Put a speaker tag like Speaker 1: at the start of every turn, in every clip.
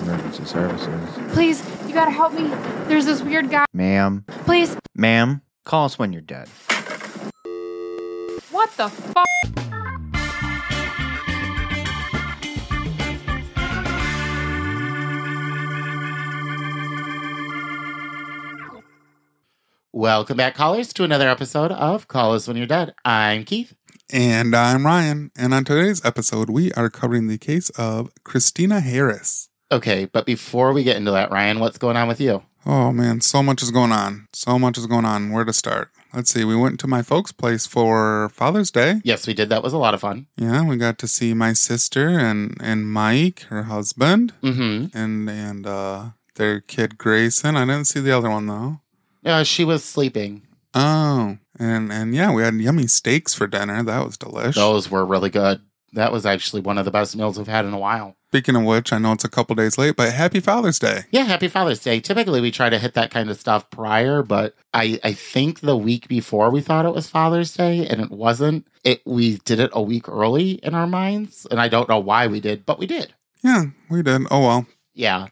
Speaker 1: Emergency services.
Speaker 2: Please, you gotta help me. There's this weird guy.
Speaker 1: Ma'am,
Speaker 2: Please,
Speaker 1: ma'am, call us when you're dead.
Speaker 2: what the fuck?
Speaker 3: Welcome back, callers, to another episode of Call Us When You're Dead. I'm Keith.
Speaker 4: And I'm Ryan. And on today's episode, we are covering the case of Christina Harris.
Speaker 3: Okay, but before we get into that, Ryan, what's going on with you?
Speaker 4: Oh man, so much is going on. So much is going on. Where to start? Let's see. We went to my folks' place for Father's Day.
Speaker 3: Yes, we did. That was a lot of fun.
Speaker 4: Yeah, we got to see my sister and and Mike, her husband,
Speaker 3: Mm-hmm.
Speaker 4: and and uh their kid Grayson. I didn't see the other one though.
Speaker 3: Uh, she was sleeping.
Speaker 4: Oh, and and yeah, we had yummy steaks for dinner. That was delish.
Speaker 3: Those were really good. That was actually one of the best meals we've had in a while.
Speaker 4: Speaking of which, I know it's a couple days late, but happy Father's Day.
Speaker 3: Yeah, happy Father's Day. Typically, we try to hit that kind of stuff prior, but I, I think the week before we thought it was Father's Day and it wasn't. It We did it a week early in our minds, and I don't know why we did, but we did.
Speaker 4: Yeah, we did. Oh well.
Speaker 3: yeah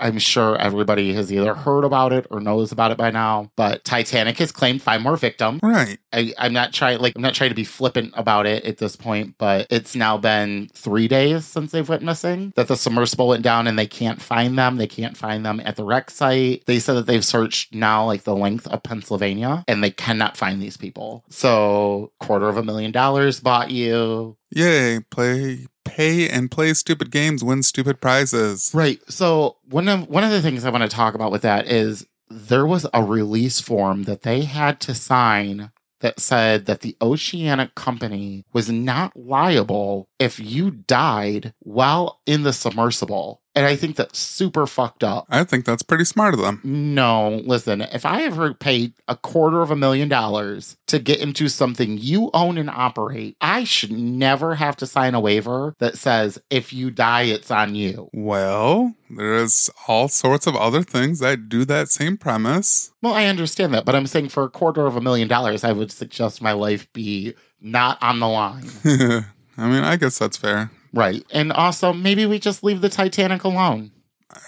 Speaker 3: i'm sure everybody has either heard about it or knows about it by now but titanic has claimed five more victims
Speaker 4: Right.
Speaker 3: I, i'm not trying like i'm not trying to be flippant about it at this point but it's now been three days since they've went missing that the submersible went down and they can't find them they can't find them at the wreck site they said that they've searched now like the length of pennsylvania and they cannot find these people so quarter of a million dollars bought you
Speaker 4: Yay, play pay and play stupid games, win stupid prizes.
Speaker 3: Right. So one of one of the things I want to talk about with that is there was a release form that they had to sign that said that the Oceanic Company was not liable if you died while in the submersible. And I think that's super fucked up.
Speaker 4: I think that's pretty smart of them.
Speaker 3: No, listen, if I ever paid a quarter of a million dollars to get into something you own and operate, I should never have to sign a waiver that says if you die, it's on you.
Speaker 4: Well, there's all sorts of other things that do that same premise.
Speaker 3: Well, I understand that, but I'm saying for a quarter of a million dollars, I would suggest my life be not on the line.
Speaker 4: I mean, I guess that's fair.
Speaker 3: right. And also, maybe we just leave the Titanic alone.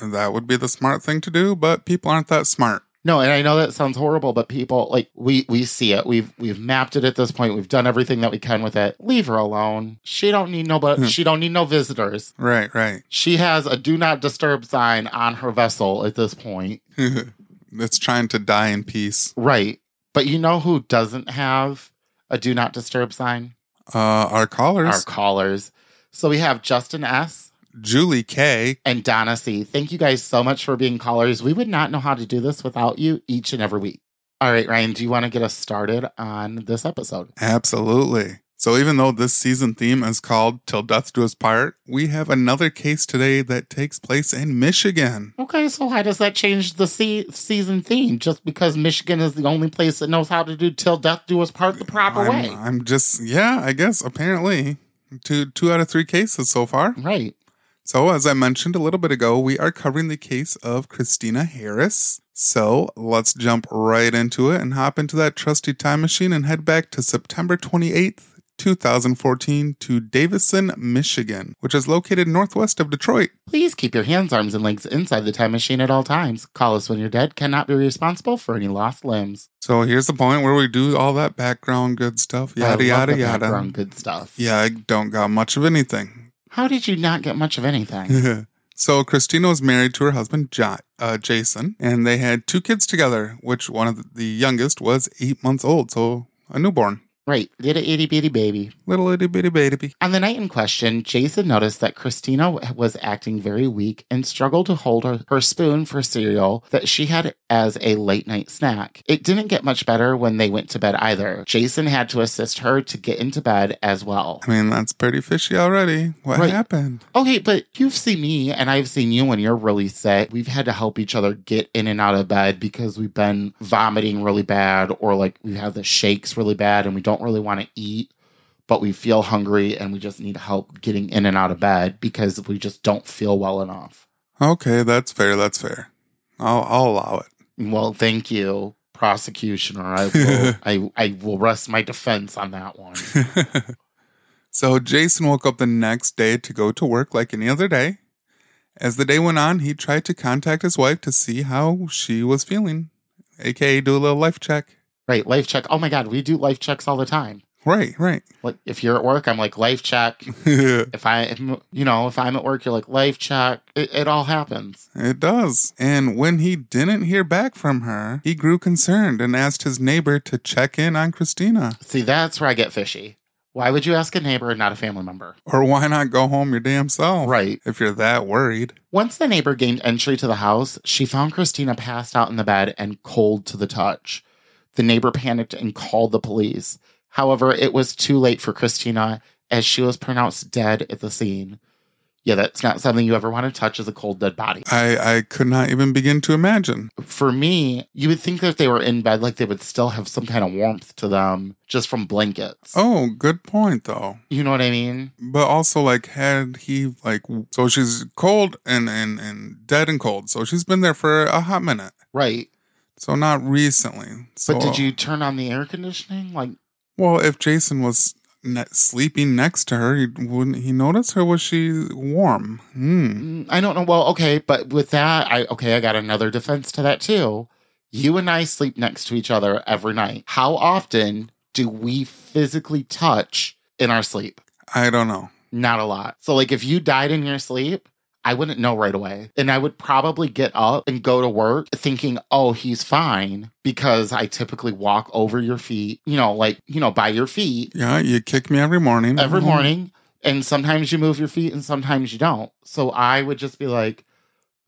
Speaker 4: That would be the smart thing to do, but people aren't that smart.
Speaker 3: No, and I know that sounds horrible, but people like we we see it. We've we've mapped it at this point. We've done everything that we can with it. Leave her alone. She don't need no but
Speaker 4: Hmm.
Speaker 3: she don't need no visitors.
Speaker 4: Right, right.
Speaker 3: She has a do not disturb sign on her vessel at this point.
Speaker 4: it's trying to die in peace.
Speaker 3: Right. But you know who doesn't have a do not disturb sign?
Speaker 4: Uh, our callers,
Speaker 3: our callers. So we have Justin S.
Speaker 4: Julie K.
Speaker 3: and Donna C. Thank you guys so much for being callers. We would not know how to do this without you each and every week. All right, Ryan, do you want to get us started on this episode?
Speaker 4: Absolutely. So, even though this season theme is called Till Death Do Us Part, we have another case today that takes place in Michigan.
Speaker 3: Okay, so how does that change the se- season theme? Just because Michigan is the only place that knows how to do till death do us part the proper
Speaker 4: I'm,
Speaker 3: way.
Speaker 4: I'm just, yeah, I guess apparently two, two out of three cases so far.
Speaker 3: Right.
Speaker 4: So, as I mentioned a little bit ago, we are covering the case of Christina Harris. So, let's jump right into it and hop into that trusty time machine and head back to September 28th. 2014 to Davison, Michigan, which is located northwest of Detroit.
Speaker 3: Please keep your hands, arms, and legs inside the time machine at all times. Call us when you're dead. Cannot be responsible for any lost limbs.
Speaker 4: So here's the point where we do all that background good stuff,
Speaker 3: I
Speaker 4: yada
Speaker 3: love
Speaker 4: yada
Speaker 3: the
Speaker 4: yada.
Speaker 3: background Good stuff.
Speaker 4: Yeah, I don't got much of anything.
Speaker 3: How did you not get much of anything?
Speaker 4: so Christina was married to her husband ja- uh, Jason, and they had two kids together, which one of the, the youngest was eight months old, so a newborn,
Speaker 3: right, little itty bitty baby.
Speaker 4: little itty bitty baby.
Speaker 3: On the night in question, Jason noticed that Christina w- was acting very weak and struggled to hold her, her spoon for cereal that she had as a late night snack. It didn't get much better when they went to bed either. Jason had to assist her to get into bed as well.
Speaker 4: I mean, that's pretty fishy already. What
Speaker 3: Right.
Speaker 4: happened?
Speaker 3: Okay, but you've seen me and I've seen you when you're really sick. We've had to help each other get in and out of bed because we've been vomiting really bad or like we have the shakes really bad and we don't really want to eat, but we feel hungry and we just need help getting in and out of bed because we just don't feel well enough.
Speaker 4: Okay, that's fair. That's fair. I'll, I'll allow
Speaker 3: Well, thank you, prosecutioner. I will, I, I will rest my defense on that one.
Speaker 4: it. so Jason woke up the next day to go to work like any other day. As the day went on, he tried to contact his wife to see how she was feeling, aka do a little life check.
Speaker 3: Right, life check. Oh my God, we do life checks all the time.
Speaker 4: Right, right.
Speaker 3: Like if you're at work, I'm like life check.
Speaker 4: it
Speaker 3: If I, am you know, if I'm at work, you're like life check. It, it all happens.
Speaker 4: does. And when he didn't hear back from her, he grew concerned and asked his neighbor to check in on Christina.
Speaker 3: See, that's where I get fishy. Why would you ask a neighbor and not a family member?
Speaker 4: Or why not go home your damn self?
Speaker 3: Right.
Speaker 4: If you're that worried.
Speaker 3: Once the neighbor gained entry to the house, she found Christina passed out in the bed and cold to the touch. The neighbor panicked and called the police. However, it was too late for Christina as she was pronounced dead at the scene. Yeah, that's not something you ever want to touch as a cold dead body.
Speaker 4: I, I could not even begin to imagine.
Speaker 3: For me, you would think that if they were in bed, like they would still have some kind of warmth to them just from blankets.
Speaker 4: Oh, good point though.
Speaker 3: You know what I mean?
Speaker 4: But also, like, had he like so she's cold and and and dead and cold. So she's been there for a hot minute.
Speaker 3: Right.
Speaker 4: So not recently. So,
Speaker 3: But did you turn on the air conditioning? Like,
Speaker 4: Well, if Jason was ne- sleeping next to her, he, wouldn't he notice her? Was she warm? Hmm.
Speaker 3: Mm, I don't know. Well, okay, but with that, I okay, I got another defense to that too. You and I sleep next to each other every night. How often do we physically touch in our sleep?
Speaker 4: I don't know.
Speaker 3: Not a lot. So, like, if you died in your sleep, I wouldn't know right away. And I would probably get up and go to work thinking, oh, he's fine, because I typically walk over your feet, you know, like, you know, by your feet
Speaker 4: Yeah, you kick me every morning.
Speaker 3: every
Speaker 4: Mhm.
Speaker 3: morning and sometimes you move your feet and sometimes you don't so i would just be like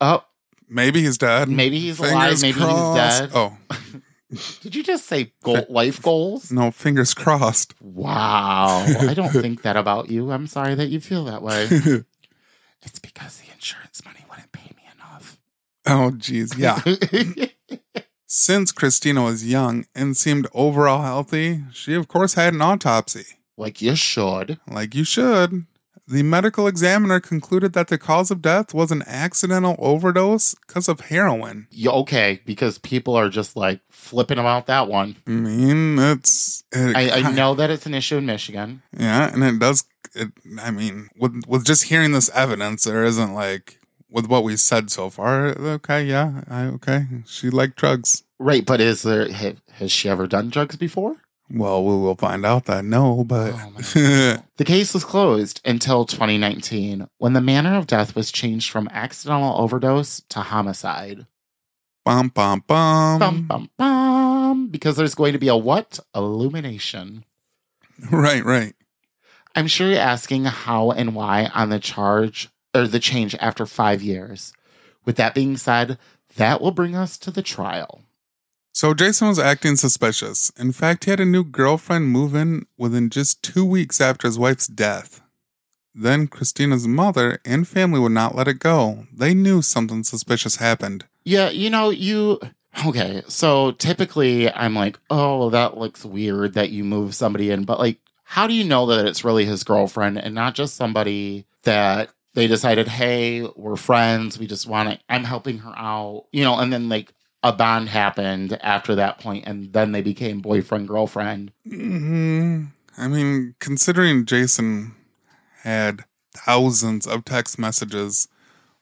Speaker 3: oh
Speaker 4: Maybe he's dead.
Speaker 3: maybe he's alive maybe
Speaker 4: crossed.
Speaker 3: he's dead
Speaker 4: Oh
Speaker 3: did you just say goal, life goals
Speaker 4: no, fingers crossed.
Speaker 3: wow i don't think that about you i'm sorry that you feel that way it's because the insurance money wouldn't pay me enough
Speaker 4: oh, geez. Yeah. Since Christina was young and seemed overall healthy, she of course had an autopsy.
Speaker 3: like you should
Speaker 4: Like you should. The medical examiner concluded that the cause of death was an accidental overdose because of heroin.
Speaker 3: you okay because people are just like flipping about that one
Speaker 4: I mean, it's it
Speaker 3: I, I
Speaker 4: ki-
Speaker 3: know that it's an issue in michigan
Speaker 4: Yeah, and it does. It, I mean, with with just hearing this evidence, there isn't like with what we said so far. Okay, yeah, I, okay. She liked drugs.
Speaker 3: right but is there ha- has she ever done drugs before
Speaker 4: Well, we will find out that no, but
Speaker 3: Oh, The case was closed until 2019 when the manner of death was changed from accidental overdose to homicide.
Speaker 4: bum bum bum.
Speaker 3: Bum, bum, bum. Because there's going to be a what? Illumination.
Speaker 4: Right, right.
Speaker 3: I'm sure you're asking how and why on the charge or the change after five years. With that being said, that will bring us to the trial.
Speaker 4: So Jason was acting suspicious. In fact, he had a new girlfriend move in within just two weeks after his wife's death. Then Christina's mother and family would not let it go. They knew something suspicious happened.
Speaker 3: Yeah, you know, you. Okay, so typically I'm like, oh, that looks weird that you move somebody in, but like, how do you know that it's really his girlfriend and not just somebody that they decided, hey, we're friends, we just want to, I'm helping her out, you know, and then like a bond happened after that point and then they became boyfriend, girlfriend.
Speaker 4: Mm, I mean, considering Jason had thousands of text messages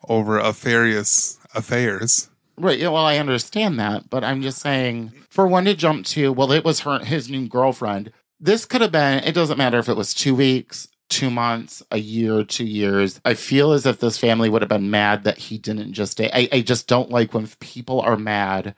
Speaker 4: over affarious affairs.
Speaker 3: Right. Yeah, well, I understand that, but I'm just saying for one to jump to, well, it was her his new girlfriend. This could have been, it doesn't matter if it was two weeks, two months, a year, two years. I feel as if this family would have been mad that he didn't just date. I, I just don't like when people are mad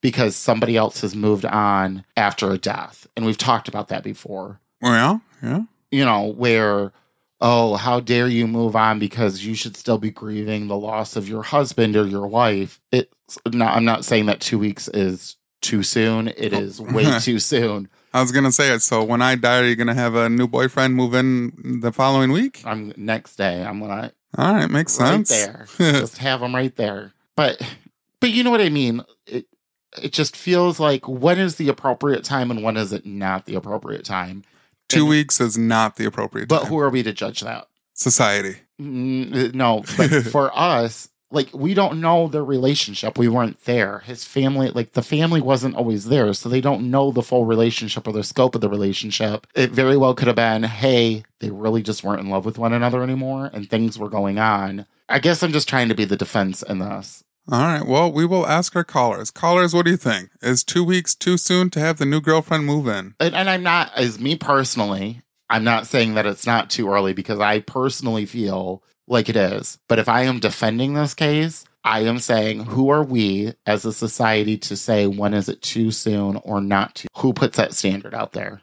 Speaker 3: because somebody else has moved on after a death. And we've talked about that before
Speaker 4: Well, yeah.
Speaker 3: you know, where, oh, how dare you move on because you should still be grieving the loss of your husband or your wife. It's not, I'm not saying that two weeks is too soon. It is way too soon.
Speaker 4: I was gonna say it. So when I die, are you gonna have a new boyfriend move in the following week?
Speaker 3: I'm next day. I'm gonna
Speaker 4: All right, makes
Speaker 3: right
Speaker 4: sense.
Speaker 3: there. Just have them right there. But, but you know what I mean. It, it just feels like when is the appropriate time and when is it not the appropriate time.
Speaker 4: Two
Speaker 3: And-
Speaker 4: weeks is not the appropriate
Speaker 3: But
Speaker 4: time.
Speaker 3: who are we to judge that?
Speaker 4: Society.
Speaker 3: Mm, no, but for us, like we don't know their relationship. We weren't there. His family, like the family wasn't always there, so they don't know the full relationship or the scope of the relationship. It very well could have been, hey, they really just weren't in love with one another anymore and things were going on. I guess I'm just trying to be the defense in this.
Speaker 4: All right. Well, we will ask our callers. Callers, what do you think? Is two weeks too soon to have the new girlfriend move in?
Speaker 3: and, and I'm not as me personally. I'm not saying that it's not too early because I personally feel like it is. But if I am defending this case, I am saying who are we as a society to say when is it too soon or not too? Who puts that standard out there?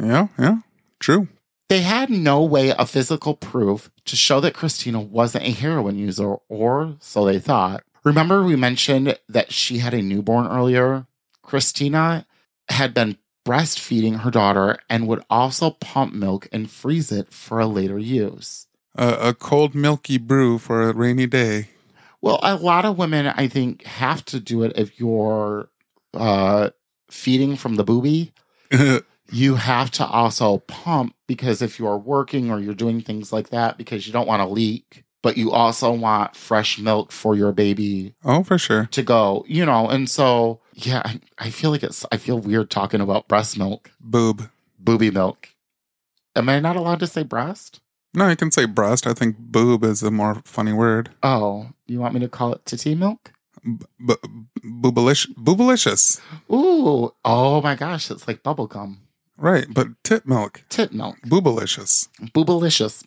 Speaker 4: Yeah, yeah. True.
Speaker 3: They had no way of physical proof to show that Christina wasn't a heroin user, or so they thought. Remember, we mentioned that she had a newborn earlier? Christina had been breastfeeding her daughter and would also pump milk and freeze it for a later use.
Speaker 4: A a cold milky brew for a rainy day.
Speaker 3: Well, a lot of women, I think, have to do it if you're uh, feeding from the boobie. You have to also pump because if you're working or you're doing things like that, because you don't want to leak, but you also want fresh milk for your baby
Speaker 4: oh, for sure.
Speaker 3: to go, you know. And so, yeah, I, I feel like it's, I feel weird talking about breast milk,
Speaker 4: Boob.
Speaker 3: booby milk. Am I not allowed to say breast?
Speaker 4: No, you can say breast. I think boob is a more funny word.
Speaker 3: Oh, you want me to call it titty milk?
Speaker 4: B- b- boobalish- boobalicious.
Speaker 3: Ooh, oh my gosh, it's like bubblegum.
Speaker 4: Right, but tit milk.
Speaker 3: Tit milk.
Speaker 4: Boobalicious.
Speaker 3: Boobalicious.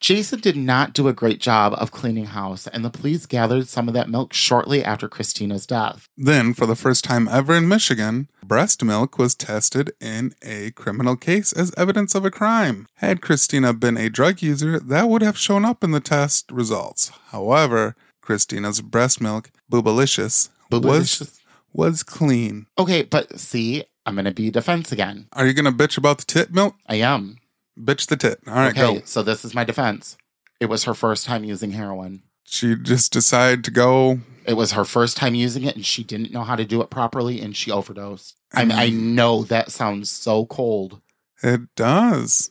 Speaker 3: Jason did not do a great job of cleaning house, and the police gathered some of that milk shortly after Christina's death.
Speaker 4: Then, for the first time ever in Michigan, breast milk was tested in a criminal case as evidence of a crime. Had Christina been a drug user, that would have shown up in the test results. However, Christina's breast milk, boobalicious, was,
Speaker 3: Boobalicious.
Speaker 4: was clean.
Speaker 3: Okay, but see, I'm going to be defense again.
Speaker 4: Are you going to bitch about the tit milk?
Speaker 3: I am.
Speaker 4: Bitch the tit. All right,
Speaker 3: Okay,
Speaker 4: go.
Speaker 3: so this is my defense. It was her first time using heroin.
Speaker 4: She just decided to go.
Speaker 3: It was her first time using it, and she didn't know how to do it properly, and she overdosed. I, mean, I
Speaker 4: Mm.
Speaker 3: know that sounds so cold,
Speaker 4: It does.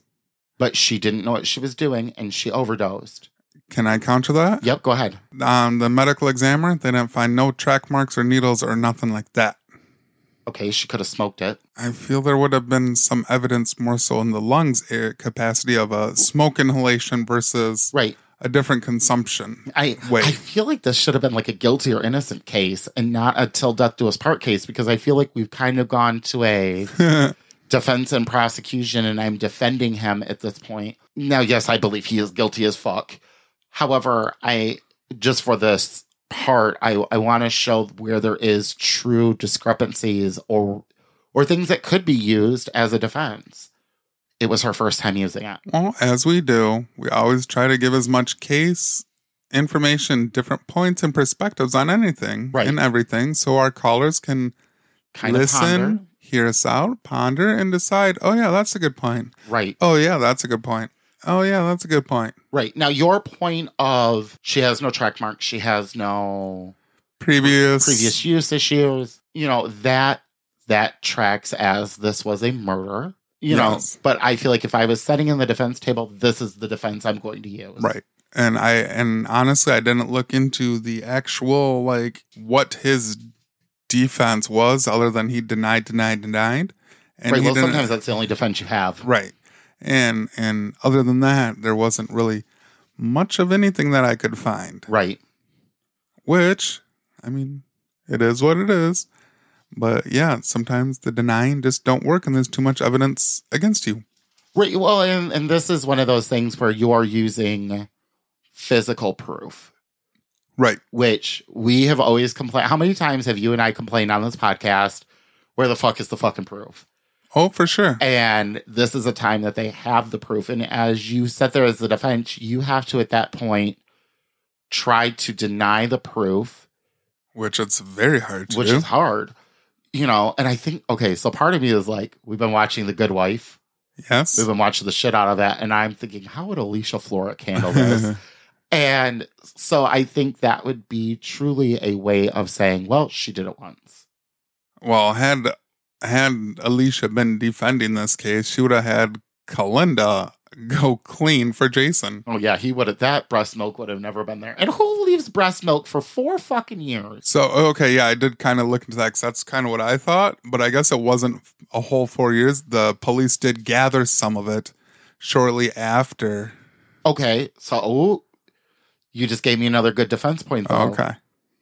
Speaker 3: but she didn't know what she was doing, and she overdosed.
Speaker 4: Can I counter that?
Speaker 3: Yep, go ahead.
Speaker 4: Um, the medical examiner, they didn't find no track marks or needles or nothing like that.
Speaker 3: Okay, she could have smoked it.
Speaker 4: I feel there would have been some evidence more so in the lungs air capacity of a smoke inhalation versus
Speaker 3: Right.
Speaker 4: a different consumption.
Speaker 3: I
Speaker 4: Wait.
Speaker 3: I feel like this should have been like a guilty or innocent case and not a till death do us part case because I feel like we've kind of gone to a defense and prosecution and I'm defending him at this point. Now, yes, I believe he is guilty as fuck. However, I just for this part, I, I want to show where there is true discrepancies or or things that could be used as a defense. It was her first time using it.
Speaker 4: Well, as we do, we always try to give as much case information, different points and perspectives on anything
Speaker 3: Right.
Speaker 4: and everything, so our callers can
Speaker 3: Kind of ponder.
Speaker 4: listen, hear us out, ponder, and decide. Oh yeah, that's a good point.
Speaker 3: Right.
Speaker 4: Oh yeah, that's a good point. Oh yeah, that's a good point.
Speaker 3: Right. Now, your point of she has no track marks, she has no
Speaker 4: Previous,
Speaker 3: previous use issues, you know, that that tracks as this was a murder, you
Speaker 4: Yes.
Speaker 3: know. But I feel like if I was sitting in the defense table, this is the defense I'm going to use.
Speaker 4: Right. And I and honestly I didn't look into the actual like what his defense was other than he denied, denied, denied. And
Speaker 3: right.
Speaker 4: he
Speaker 3: Well,
Speaker 4: didn't-
Speaker 3: sometimes that's the only defense you have.
Speaker 4: Right. And and other than that, there wasn't really much of anything that I could find.
Speaker 3: Right.
Speaker 4: Which I mean, it is what it is. But yeah, sometimes the denying just don't work and there's too much evidence against you.
Speaker 3: Right. Well, and, and this is one of those things where you are using physical proof,
Speaker 4: Right.
Speaker 3: which we have always complained. How many times have you and I complained on this podcast? Where the fuck is the fucking proof?
Speaker 4: Oh, for sure.
Speaker 3: And this is a time that they have the proof. And as you sit there as the defense, you have to, at that point, try to deny the proof,
Speaker 4: Which it's very hard to
Speaker 3: which
Speaker 4: do.
Speaker 3: is hard, you know. And I think, okay, so part of me is like, we've been watching The Good Wife,
Speaker 4: yes.
Speaker 3: we've been watching the shit out of that. And I'm thinking, how would Alicia Florrick handle this? and so I think that would be truly a way of saying, well, she did it once.
Speaker 4: Well, had had Alicia been defending this case, she would have had Kalinda go clean for Jason.
Speaker 3: Oh yeah, he would have that breast milk would have never been there. And who leaves breast milk for four fucking years?
Speaker 4: So, okay, yeah, I did kind of look into that 'cause that's kind of what I thought, but I guess it wasn't a whole four years. The police did gather some of it shortly after.
Speaker 3: Okay, so oh, you just gave me another good defense point though.
Speaker 4: Okay.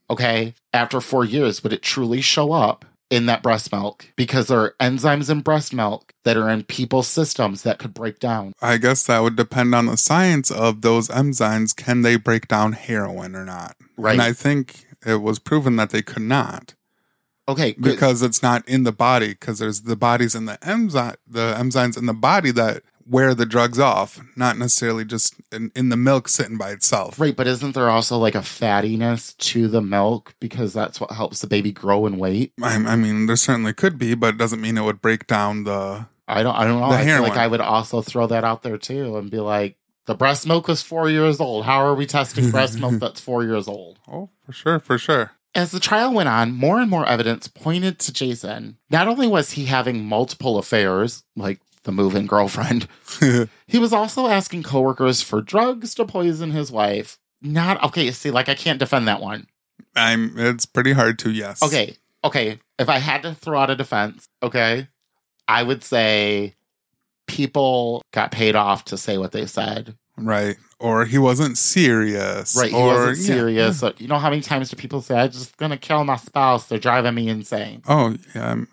Speaker 3: Okay, after four years, would it truly show up in that breast milk? Because there are enzymes in breast milk that are in people's systems that could break down.
Speaker 4: I guess that would depend on the science of those enzymes. Can they break down heroin or not?
Speaker 3: Right.
Speaker 4: And I think it was proven that they could not
Speaker 3: okay, good.
Speaker 4: because it's not in the body. Because there's the bodies in the enzyme, the enzymes in the body that wear the drugs off, not necessarily just in, in the milk sitting by itself.
Speaker 3: Right, but isn't there also like a fattiness to the milk because that's what helps the baby grow and weight?
Speaker 4: I, I mean, there certainly could be, but it doesn't mean it would break down the.
Speaker 3: I don't I don't know.
Speaker 4: The
Speaker 3: I feel
Speaker 4: heroin.
Speaker 3: like I would also throw that out there too and be like, the breast milk was four years old. How are we testing breast milk that's four years old?
Speaker 4: Oh, for sure, for sure.
Speaker 3: As the trial went on, more and more evidence pointed to Jason. Not only was he having multiple affairs, like the move-in girlfriend, he was also asking coworkers for drugs to poison his wife. Not okay, see, like I can't defend that one.
Speaker 4: I'm. It's pretty hard to. Yes.
Speaker 3: Okay, okay. If I had to throw out a defense, okay, I would say people got paid off to say what they said.
Speaker 4: Right. Or he wasn't serious.
Speaker 3: Right? He
Speaker 4: Or,
Speaker 3: wasn't
Speaker 4: yeah.
Speaker 3: serious. So, you know how many times do people say, "I'm just gonna kill my spouse"? They're driving me insane.
Speaker 4: Oh, yeah. I'm-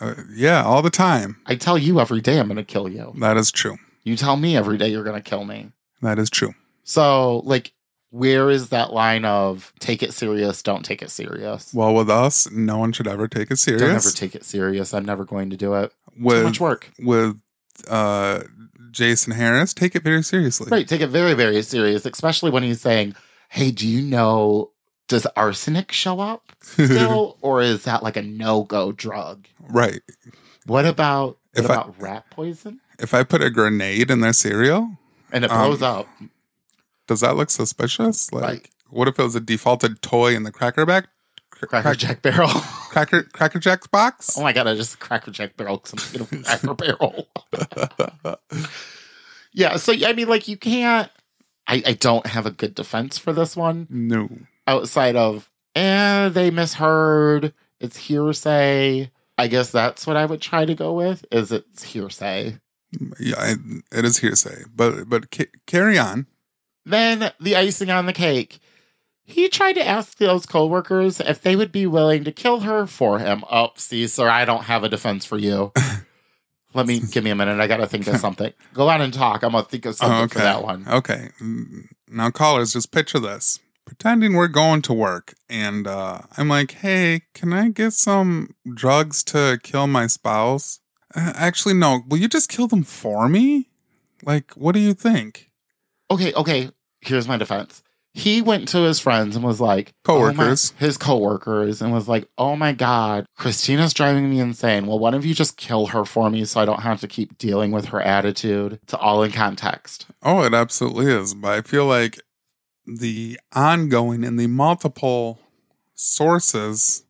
Speaker 4: uh, yeah, all the time.
Speaker 3: I tell you every day I'm gonna kill you.
Speaker 4: That is true.
Speaker 3: You tell me every day you're gonna kill me.
Speaker 4: That is true.
Speaker 3: So, like, where is that line of take it serious, don't take it serious?
Speaker 4: Well, with us, no one should ever take it serious.
Speaker 3: Don't ever take it serious. I'm never going to do it. Too
Speaker 4: with
Speaker 3: much work.
Speaker 4: with uh, Jason Harris, take it very seriously.
Speaker 3: Right, take it very, very serious, especially when he's saying, Hey, do you know does arsenic show up still? or is that like a no-go drug?
Speaker 4: right.
Speaker 3: What about what
Speaker 4: If I-
Speaker 3: about rat poison?
Speaker 4: If I put a grenade in their cereal,
Speaker 3: And it
Speaker 4: Um,
Speaker 3: blows up.
Speaker 4: does that look suspicious? Like,
Speaker 3: Right.
Speaker 4: what if it was a defaulted toy in the Cracker Back cr-
Speaker 3: Cracker
Speaker 4: crack-
Speaker 3: Jack Barrel.
Speaker 4: Cracker Cracker Jack's box?
Speaker 3: oh my god, I just Cracker Jack Barrel because I'm thinking of Cracker Barrel. yeah, so I mean, like you can't. I, I don't have a good defense for this one
Speaker 4: no.
Speaker 3: outside of eh, they misheard. It's hearsay. I guess that's what I would try to go with. Is it's hearsay?
Speaker 4: Yeah, I- it is hearsay, but but ca- carry on.
Speaker 3: Then the icing on the cake. He tried to ask those coworkers if they would be willing to kill her for him. Oh, see, sir, I don't have a defense for you. Let me give me a minute. I gotta think of something. Go on and talk. I'm gonna think of something
Speaker 4: Oh,
Speaker 3: for that one.
Speaker 4: Okay. Mm, Now, callers, just picture this. Pretending we're going to work, and uh, I'm like, hey, can I get some drugs to kill my spouse? Uh, actually, no. Will you just kill them for me? Like, what do you think?
Speaker 3: okay, okay. Here's my defense. He went to his friends and was like,
Speaker 4: Coworkers.
Speaker 3: oh my- his coworkers, and was like, oh my God, Christina's driving me insane. Well, why don't you just kill her for me so I don't have to keep dealing with her attitude? It's all in context.
Speaker 4: Oh, it absolutely is. But I feel like the ongoing and the multiple sources.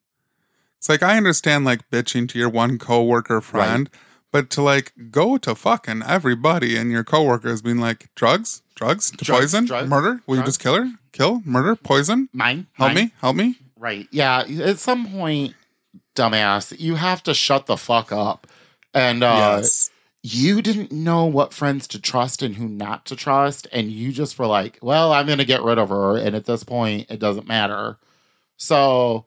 Speaker 4: It's like I understand like bitching to your one coworker friend, but to like go to fucking everybody and your coworkers being like drugs, drugs, to
Speaker 3: Drugs,
Speaker 4: poison,
Speaker 3: drugs,
Speaker 4: murder. Will you just kill her? Kill, murder, poison.
Speaker 3: Mine?
Speaker 4: Help
Speaker 3: Mine?
Speaker 4: me, help me.
Speaker 3: Right. Yeah. At some point, dumbass, you have to shut the fuck up. And uh,
Speaker 4: yes.
Speaker 3: you didn't know what friends to trust and who not to trust and you just were like well i'm gonna get rid of her and at this point it doesn't matter so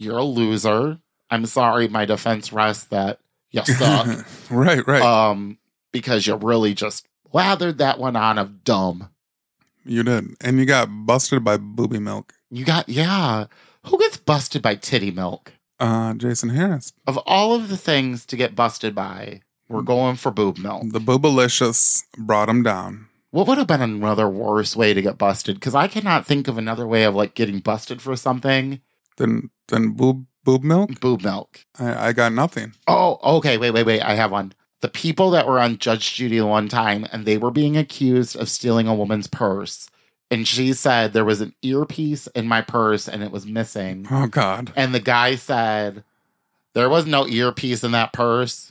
Speaker 3: you're a loser i'm sorry my defense rests that you suck
Speaker 4: right, right.
Speaker 3: um because you really just lathered that one on of dumb
Speaker 4: you did. And you got busted by booby milk.
Speaker 3: you got yeah who gets busted by titty milk
Speaker 4: Uh Jason Harris.
Speaker 3: of all of the things to get busted by we're going for boob milk
Speaker 4: The boobalicious brought him down.
Speaker 3: What would have been another worse way to get busted? Because I cannot think of another way of like getting busted for something.
Speaker 4: Then then boob boob milk.
Speaker 3: Boob milk.
Speaker 4: I, I got nothing.
Speaker 3: Oh, okay. Wait, wait, wait. I have one. The people that were on Judge Judy the one time and they were being accused of stealing a woman's purse. And she said there was an earpiece in my purse and it was missing.
Speaker 4: Oh God.
Speaker 3: And the guy said there was no earpiece in that purse.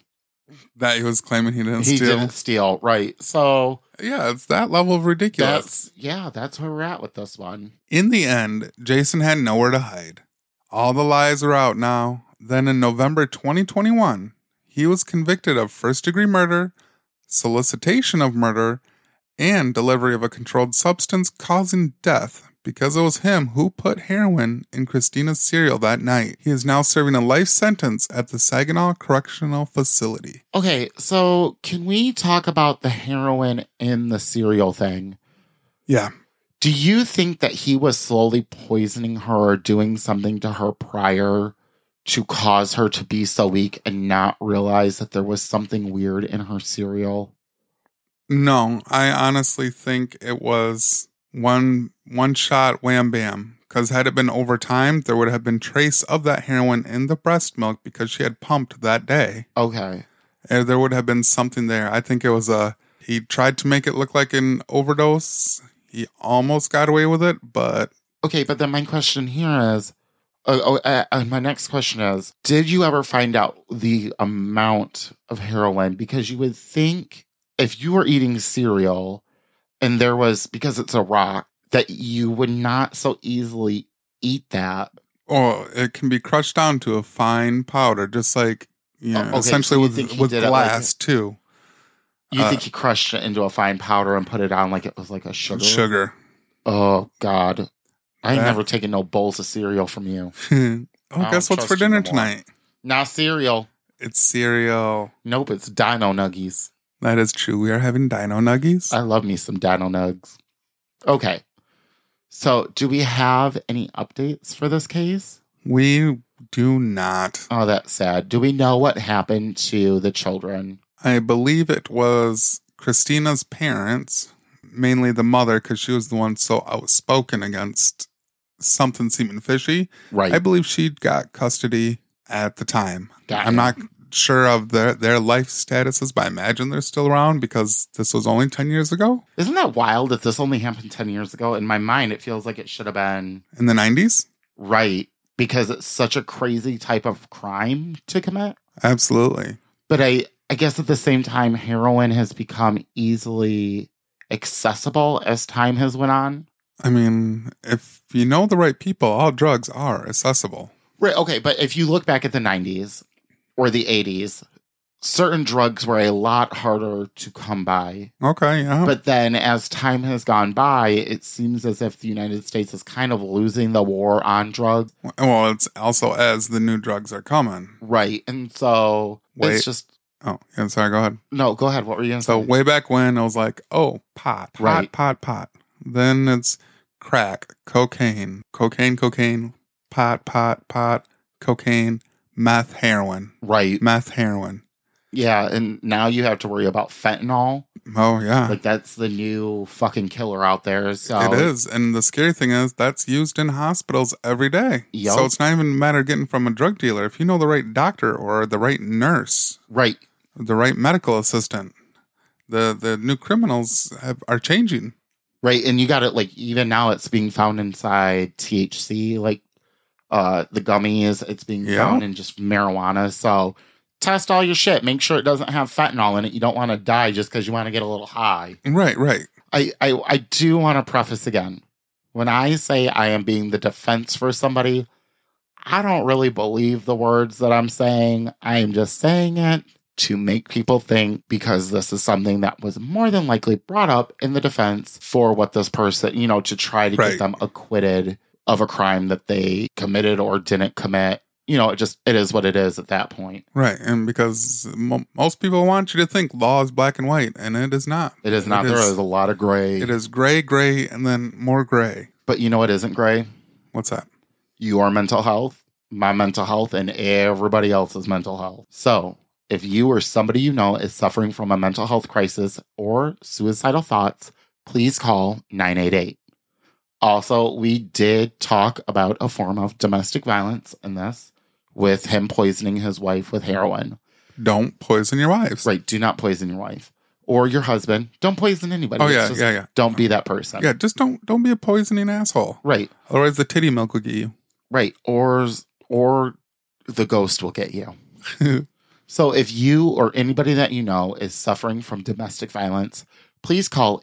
Speaker 4: that he was claiming he didn't
Speaker 3: he
Speaker 4: steal.
Speaker 3: didn't steal, right? So
Speaker 4: Yeah, it's that level of ridiculous.
Speaker 3: that's yeah, that's where we're at with this one.
Speaker 4: In the end, Jason had nowhere to hide. All the lies were out now. Then in November 2021, he was convicted of first degree murder, solicitation of murder, and delivery of a controlled substance causing death because it was him who put heroin in Christina's cereal that night. He is now serving a life sentence at the Saginaw Correctional Facility.
Speaker 3: Okay, so can we talk about the heroin in the cereal thing?
Speaker 4: Yeah.
Speaker 3: Do you think that he was slowly poisoning her or doing something to her prior to cause her to be so weak and not realize that there was something weird in her cereal?
Speaker 4: No, I honestly think it was one one shot wham bam. Because had it been over time, there would have been trace of that heroin in the breast milk because she had pumped that day.
Speaker 3: Okay.
Speaker 4: And there would have been something there. I think it was a he tried to make it look like an overdose. He almost got away with it, but
Speaker 3: Okay, but then my question here is oh, oh, uh, uh, my next question is Did you ever find out the amount of heroin? Because you would think if you were eating cereal and there was, because it's a rock, that you would not so easily eat that.
Speaker 4: oh, it can be crushed down to a fine powder, just like you
Speaker 3: Oh,
Speaker 4: know,
Speaker 3: okay, so
Speaker 4: essentially
Speaker 3: you think
Speaker 4: with
Speaker 3: he
Speaker 4: with
Speaker 3: did it like-
Speaker 4: glass too.
Speaker 3: You
Speaker 4: Uh,
Speaker 3: think he crushed it into a fine powder and put it on like it was like a sugar?
Speaker 4: Sugar.
Speaker 3: Oh God, I ain't
Speaker 4: Yeah.
Speaker 3: never taken no bowls of cereal from you.
Speaker 4: oh,
Speaker 3: I don't
Speaker 4: guess what's for
Speaker 3: trust you no
Speaker 4: dinner
Speaker 3: more.
Speaker 4: tonight?
Speaker 3: Not cereal.
Speaker 4: It's cereal.
Speaker 3: Nope, it's Dino Nuggies.
Speaker 4: That is true. We are having dino nuggies.
Speaker 3: I love me some Dino Nugs. Okay, so do we have any updates for this case?
Speaker 4: we do not.
Speaker 3: Oh, that's sad. Do we know what happened to the children?
Speaker 4: I believe it was Christina's parents, mainly the mother, because she was the one so outspoken against something seeming fishy.
Speaker 3: Right.
Speaker 4: I believe she got custody at the time.
Speaker 3: Got
Speaker 4: I'm
Speaker 3: it.
Speaker 4: not sure of their, their life statuses, but I imagine they're still around because this was only 10 years ago
Speaker 3: Isn't that wild that this only happened ten years ago? In my mind, it feels like it should have been
Speaker 4: in the 90s.
Speaker 3: right because it's such a crazy type of crime to commit.
Speaker 4: Absolutely.
Speaker 3: But I, I guess at the same time, heroin has become easily accessible as time has went on.
Speaker 4: I mean, if you know the right people, all drugs are accessible.
Speaker 3: Right. Okay. But if you look back at the 90s or the 80s, certain drugs were a lot harder to come by.
Speaker 4: Okay, yeah.
Speaker 3: But then as time has gone by, it seems as if the United States is kind of losing the war on drugs.
Speaker 4: Well, it's also as the new drugs are coming.
Speaker 3: Right. And so
Speaker 4: Wait.
Speaker 3: it's just,
Speaker 4: Oh, yeah, sorry, go ahead.
Speaker 3: no, go ahead. What were you going to
Speaker 4: So
Speaker 3: say?
Speaker 4: way back when I was like, oh, pot, pot,
Speaker 3: Right.
Speaker 4: pot, pot. Then it's crack, cocaine, cocaine, cocaine, pot, pot, pot, cocaine, meth, heroin,
Speaker 3: Right.
Speaker 4: meth, heroin.
Speaker 3: Yeah, and now you have to worry about fentanyl.
Speaker 4: Oh yeah.
Speaker 3: Like that's the new fucking killer out there. So
Speaker 4: it is. And the scary thing is that's used in hospitals every day.
Speaker 3: Yup.
Speaker 4: So it's not even a matter of getting from a drug dealer. If you know the right doctor or the right nurse,
Speaker 3: right.
Speaker 4: the right medical assistant. The the new criminals have, are changing.
Speaker 3: Right. And you got it like even now it's being found inside THC, like uh the gummies, it's being
Speaker 4: Yeah.
Speaker 3: found in just marijuana. So test all your shit. Make sure it doesn't have fentanyl in it. You don't want to die just because you want to get a little high.
Speaker 4: Right, right.
Speaker 3: I, I I do want to preface again. When I say I am being the defense for somebody, I don't really believe the words that I'm saying. I am just saying it to make people think because this is something that was more than likely brought up in the defense for what this person, you know, to try to
Speaker 4: Right.
Speaker 3: get them acquitted of a crime that they committed or didn't commit. You know, it just it is what it is at that point.
Speaker 4: Right, and because mo most people want you to think law is black and white, and it is not.
Speaker 3: It is not there is a lot of gray.
Speaker 4: It is gray, gray, and then more gray.
Speaker 3: But you know what isn't gray?
Speaker 4: What's that?
Speaker 3: your mental health, my mental health, and everybody else's mental health. So, if you or somebody you know is suffering from a mental health crisis or suicidal thoughts, please call 988. Also, we did talk about a form of domestic violence in this with him poisoning his wife with heroin.
Speaker 4: Don't poison your wives.
Speaker 3: Right. Do not poison your wife or your husband. Don't poison anybody.
Speaker 4: Oh
Speaker 3: It's
Speaker 4: yeah,
Speaker 3: just-
Speaker 4: yeah, yeah,
Speaker 3: Don't be that person.
Speaker 4: yeah. Just don't don't be a poisoning asshole.
Speaker 3: Right.
Speaker 4: Otherwise, the titty milk will get you.
Speaker 3: Right. Or or the ghost will get you. So if you or anybody that you know is suffering from domestic violence, please call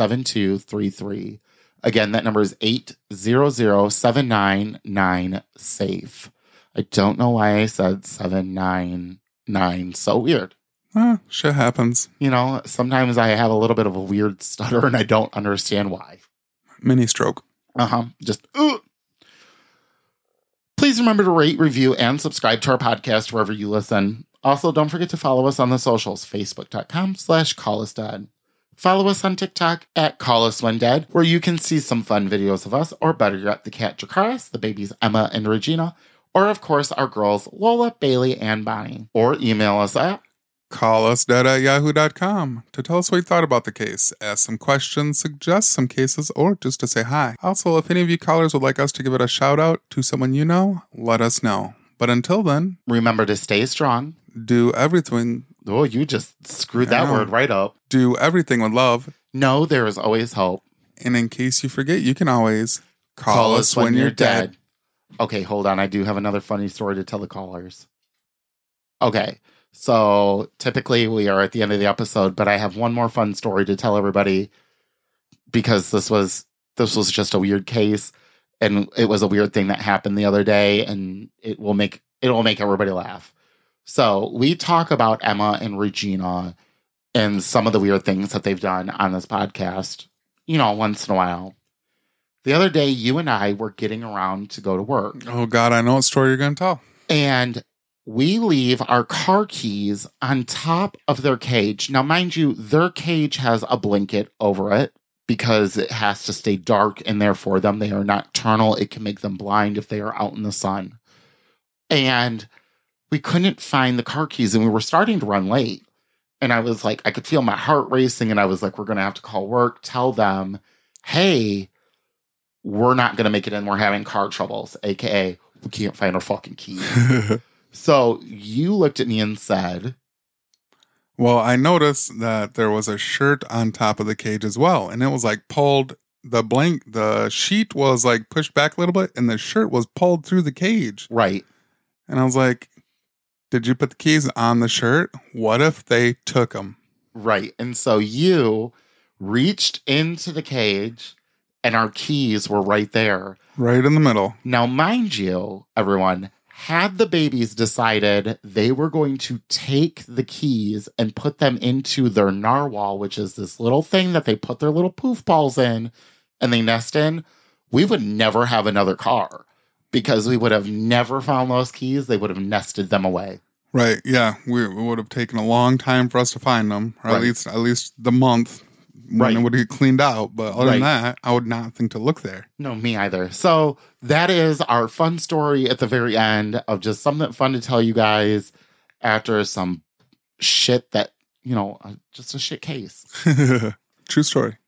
Speaker 3: 800-799-7233. Again, that number is 800-799-SAFE. E. I don't know why I said 799. So weird.
Speaker 4: Ah, shit happens.
Speaker 3: You know, sometimes I have a little bit of a weird stutter and I don't understand why.
Speaker 4: Mini stroke.
Speaker 3: Uh huh. Just, ooh. Please remember to rate, review, and subscribe to our podcast wherever you listen. Also, don't forget to follow us on the socials, facebook.com slash call us dead. Follow us on TikTok at Call Us When Dead, where you can see some fun videos of us, or better yet, the cat Jacaris, the babies Emma and Regina, or of course our girls Lola, Bailey, and Bonnie. Or email us at
Speaker 4: Call us dead at yahoo.com to tell us what you thought about the case, ask some questions, suggest some cases, or just to say hi. Also, if any of you callers would like us to give it a shout out to someone you know, let us know. But until then,
Speaker 3: remember to stay strong.
Speaker 4: do everything
Speaker 3: Oh, you just screwed that
Speaker 4: Yeah.
Speaker 3: word right up.
Speaker 4: do everything with love,
Speaker 3: No, there is always hope.
Speaker 4: and in case you forget, you can always call, us when, you're dead.
Speaker 3: Okay, hold on. I do have another funny story to tell the callers. Okay, so typically we are at the end of the episode, but I have one more fun story to tell everybody because this was this was just a weird case, and it was a weird thing that happened the other day, and it will make it'll make everybody laugh. So we talk about Emma and Regina and some of the weird things that they've done on this podcast, you know, once in a while. The other day, you and I were getting around to go to work,
Speaker 4: Oh, God, I know what story you're going to tell.
Speaker 3: and we leave our car keys on top of their cage. Now, mind you, their cage has a blanket over it because it has to stay dark, and therefore, them they are nocturnal. It can make them blind if they are out in the sun. And we couldn't find the car keys, and we were starting to run late. And I was like, I could feel my heart racing, and I was like, we're gonna have to call work, tell them, hey, we're not gonna make it in. We're having car troubles, aka we can't find our fucking keys. So you looked at me and said,
Speaker 4: well, I noticed that there was a shirt on top of the cage as well, and it was like pulled. The blank, the sheet was like pushed back a little bit, and the shirt was pulled through the cage.
Speaker 3: right.
Speaker 4: And I was like, did you put the keys on the shirt? What if they took them?
Speaker 3: Right. And so you reached into the cage and our keys were right there.
Speaker 4: Right in the middle.
Speaker 3: Now, mind you, everyone, had the babies decided they were going to take the keys and put them into their narwhal, which is this little thing that they put their little poof balls in and they nest in, we would never have another car because we would have never found those keys. They would have nested them away.
Speaker 4: Right. Yeah. We, it would have taken a long time for us to find them, or
Speaker 3: Right.
Speaker 4: at least at least the month when
Speaker 3: Right.
Speaker 4: it would get cleaned out. But other than
Speaker 3: Right.
Speaker 4: that, I would not think to look there.
Speaker 3: No, me either. So that is our fun story at the very end of just something fun to tell you guys after some shit that, you know, uh, just a shit case.
Speaker 4: True story.